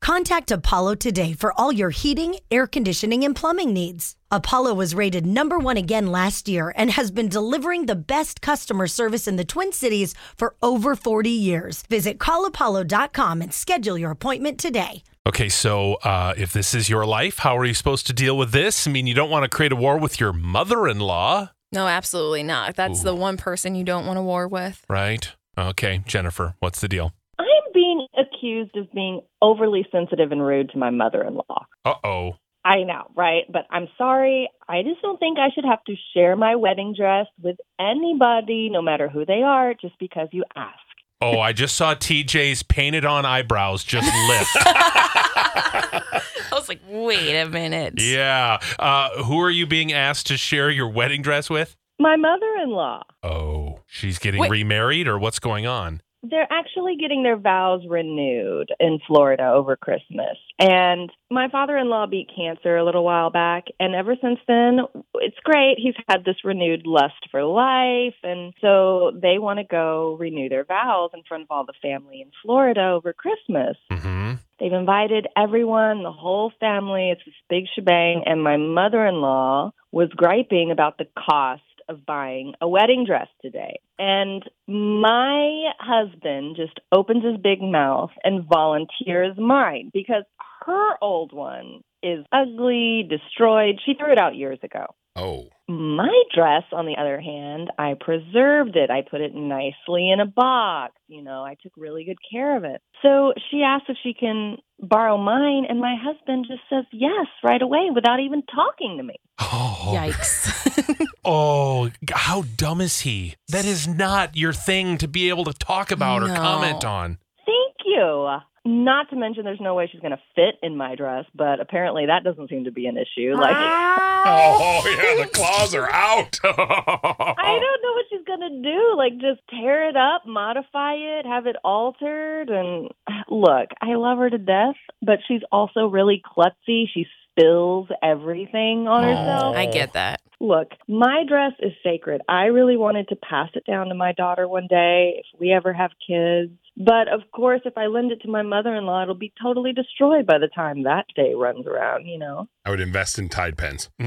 Contact Apollo today for all your heating, air conditioning, and plumbing needs. Apollo was rated number one again last year and has been delivering the best customer service in the Twin Cities for over 40 years. Visit callapollo.com and schedule your appointment today. Okay, so uh, if this is your life, how are you supposed to deal with this? I mean, you don't want to create a war with your mother in law, No, absolutely not. That's the one person you don't want a war with. right? Okay, Jennifer, what's the deal? I'm being accused of being overly sensitive and rude to my mother in law. Uh oh. I know, right? But I'm sorry. I just don't think I should have to share my wedding dress with anybody, no matter who they are, just because you ask. Oh, I just saw TJ's painted on eyebrows just lift. I was like, wait a minute. yeah. Uh, who are you being asked to share your wedding dress with? My mother in law, Oh, she's getting Wait. remarried or what's going on? they're actually getting their vows renewed in Florida over Christmas. And my father in law beat cancer a little while back. And ever since then, it's great. He's had this renewed lust for life. And so they want to go renew their vows in front of all the family in Florida over Christmas. hmm They've invited everyone, the whole family. It's this big shebang. And my mother in law was griping about the cost of buying a wedding dress today. And my husband just opens his big mouth and volunteers mine because her old one is ugly, destroyed. She threw it out years ago. Oh. My dress, on the other hand, I preserved it. I put it nicely in a box. You know, I took really good care of it. So she asks if she can borrow mine, and my husband just says yes right away without even talking to me. Oh. Yikes. Oh, g- how dumb is he? That is not your thing to be able to talk about or No. comment on. Thank you. Not to mention, there's no way she's going to fit in my dress, but apparently that doesn't seem to be an issue. Like, Ah. Oh, yeah, the claws are out. I Oh. don't know what she's going to do. Like, just tear it up, modify it, have it altered. And look, I love her to death, but she's also really klutzy. She spills everything on Oh. Aw. herself. I get that. Look, my dress is sacred. I really wanted to pass it down to my daughter one day if we ever have kids. But of course, if I lend it to my mother in law, it'll be totally destroyed by the time that day runs around, you know? I would invest in Tide Pens.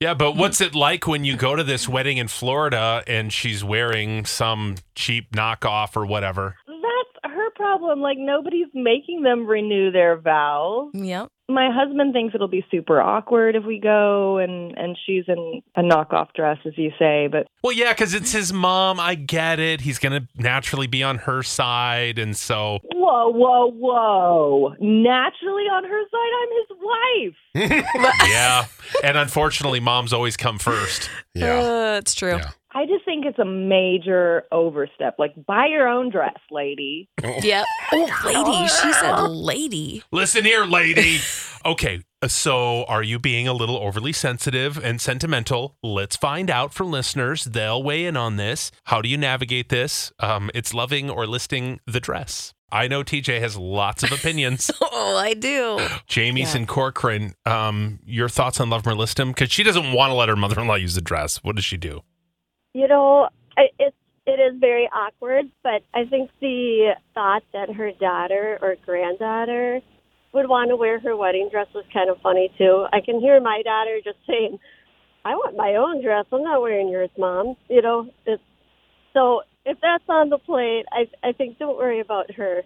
yeah, but what's it like when you go to this wedding in Florida and she's wearing some cheap knockoff or whatever? That's her problem. Like, nobody's making them renew their vows. Yep. my husband thinks it'll be super awkward if we go and and she's in a knockoff dress as you say but Well, yeah, because it's his mom. I get it. He's going to naturally be on her side. And so, whoa whoa whoa naturally on her side i'm his wife yeah. And unfortunately, moms always come first. Yeah. Uh, it's true. Yeah. i just think it's a major overstep like buy your own dress lady Yep. Oh, lady. She said lady. Listen here, lady. okay, uh, so are you being a little overly sensitive and sentimental? Let's find out from listeners. They'll weigh in on this. How do you navigate this? Um, it's loving or listing the dress. I know TJ has lots of opinions. Oh, I do. Jamie's and Corcoran, um, your thoughts on Love Merlistum? Because she doesn't want to let her mother in law use the dress. What does she do? you know, I- it's it is very awkward, but I think the thought that her daughter or granddaughter would want to wear her wedding dress was kind of funny too. I can hear my daughter just saying, "I want my own dress. I'm not wearing yours, mom." You know, it's so if that's on the plate, I I think don't worry about her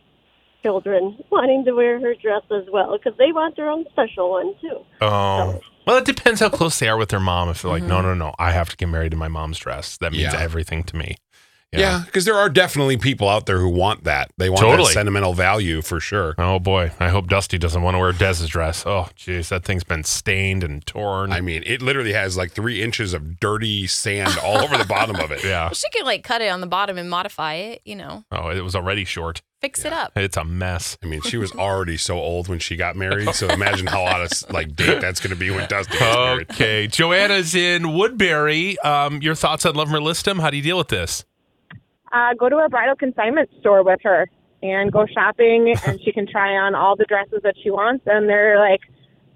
children wanting to wear her dress as well because they want their own special one too. Oh. Well, it depends how close they are with their mom. If they're like, no, no, no, I have to get married to my mom's dress, that means Mm-hmm. Yeah. everything to me. Yeah. Because there are definitely people out there who want that. They want Totally. that sentimental value for sure. Oh boy, I hope Dusty doesn't want to wear Dez's dress. Oh jeez, that thing's been stained and torn. I mean, it literally has like three inches of dirty sand all over the bottom of it. yeah. Well, she could like cut it on the bottom and modify it, you know, Oh, it was already short. fix it up. It's a mess. I mean, she was already so old when she got married. So imagine how out of like date that's going to be when Dusty gets Oh. married. Okay, Joanna's in Woodbury. Um, your thoughts on Love Merlistum? How do you deal with this? uh, go to a bridal consignment store with her and go shopping, and she can try on all the dresses that she wants, and they're like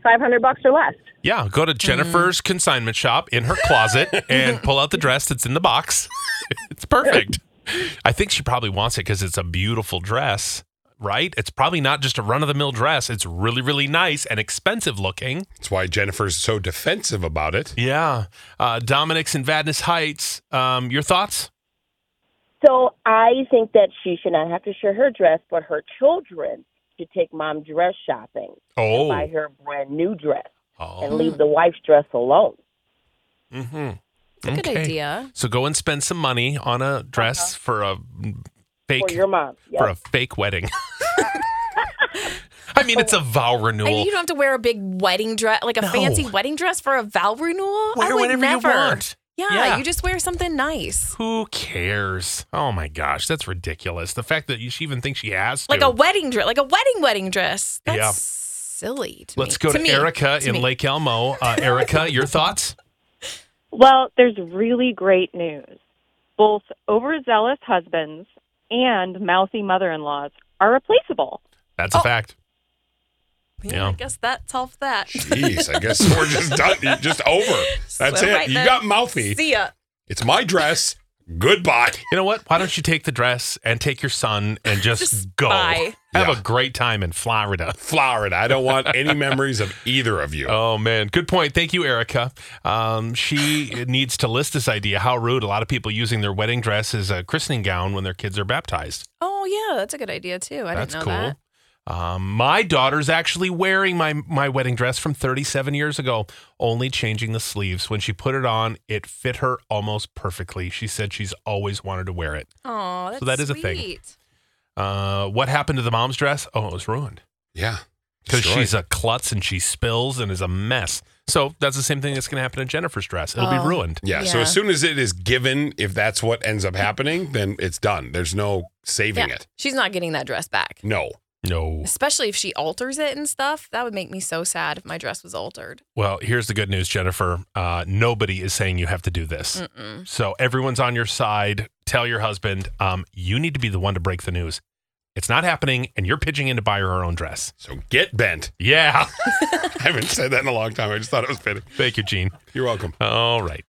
five hundred bucks or less. Yeah, go to Jennifer's consignment shop in her closet and pull out the dress that's in the box. it's perfect. I think she probably wants it because it's a beautiful dress. right? It's probably not just a run of the mill dress. It's really, really nice and expensive looking. That's why Jennifer's so defensive about it. Yeah. Uh, Dominic's in Vadnais Heights. Um, your thoughts? So I think that she should not have to share her dress, but her children should take mom dress shopping, buy Oh. her a brand new dress, and Oh. leave the wife's dress alone. Mm-hmm. It's a good idea. So go and spend some money on a dress Uh-huh. for a fake For your mom. Yes. for a fake wedding. I mean, it's a vow I renewal. mean, you don't have to wear a big wedding dress, like a No. fancy wedding dress for a vow renewal. I Wear would whatever never. you want. Yeah, Yeah. you just wear something nice. Who cares? Oh my gosh, that's ridiculous. The fact that she even thinks she has to. Like a wedding dress, like a wedding wedding dress. That's Yeah. silly to Let's me. go to, me. Erica To in me. Lake Elmo. Uh, Erica, your thoughts? Well, there's really great news. Both overzealous husbands and mouthy mother in laws are replaceable. That's Oh, a fact. Yeah, Yeah. I guess that solved that. Jeez, I guess we're just done. You're just over. That's So it. right you there. got mouthy. See ya. It's my dress. Goodbye. You know what? Why don't you take the dress and take your son and just, Just go? bye. Have Yeah. a great time in Florida. Florida. I don't want any memories of either of you. Oh man, good point. Thank you, Erica. Um, she needs to list this idea. How rude! A lot of people using their wedding dress as a christening gown when their kids are baptized. Oh yeah, that's a good idea too. I That's didn't know cool. that. Um, my daughter's actually wearing my my wedding dress from 37 years ago, only changing the sleeves. When she put it on, it fit her almost perfectly. She said she's always wanted to wear it. Oh, that's So that is a thing. sweet. Uh, what happened to the mom's dress? Oh, it was ruined yeah. because Destroyed. she's a klutz and she spills and is a mess. So that's the same thing that's going to happen to Jennifer's dress. It'll Oh. be ruined. Yeah, So Yeah. as soon as it is given, if that's what ends up happening, then it's done. There's no saving Yeah. it. She's not getting that dress back. No. No. Especially if she alters it and stuff. That would make me so sad if my dress was altered. Well, here's the good news, Jennifer. Uh, nobody is saying you have to do this. Mm-mm. So everyone's on your side. Tell your husband, um, you need to be the one to break the news. It's not happening, and you're pitching in to buy her her own dress. So get bent. Yeah. I haven't said that in a long time. I just thought it was fitting. Thank you, Gene. You're welcome. All right.